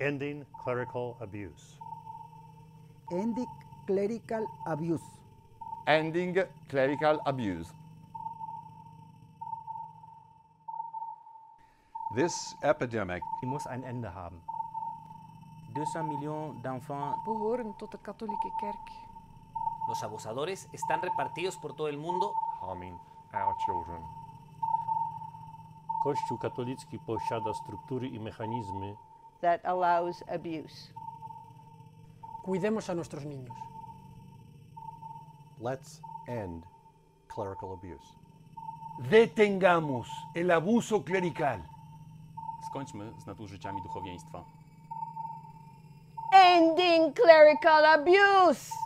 ending clerical abuse. ending clerical abuse, ending clerical abuse. This epidemic Die muss ein Ende haben. 200 millions d'enfants. behoren tot de katholieke kerk. Los abusadores están repartidos por todo el mundo harming our children. Kościół katolicki posiada struktury i mechanizmy, that allows abuse. Cuidemos a nuestros niños. Let's end clerical abuse. Detengamos el abuso clerical. Skończmy z nadużyciami duchowieństwa. Ending clerical abuse!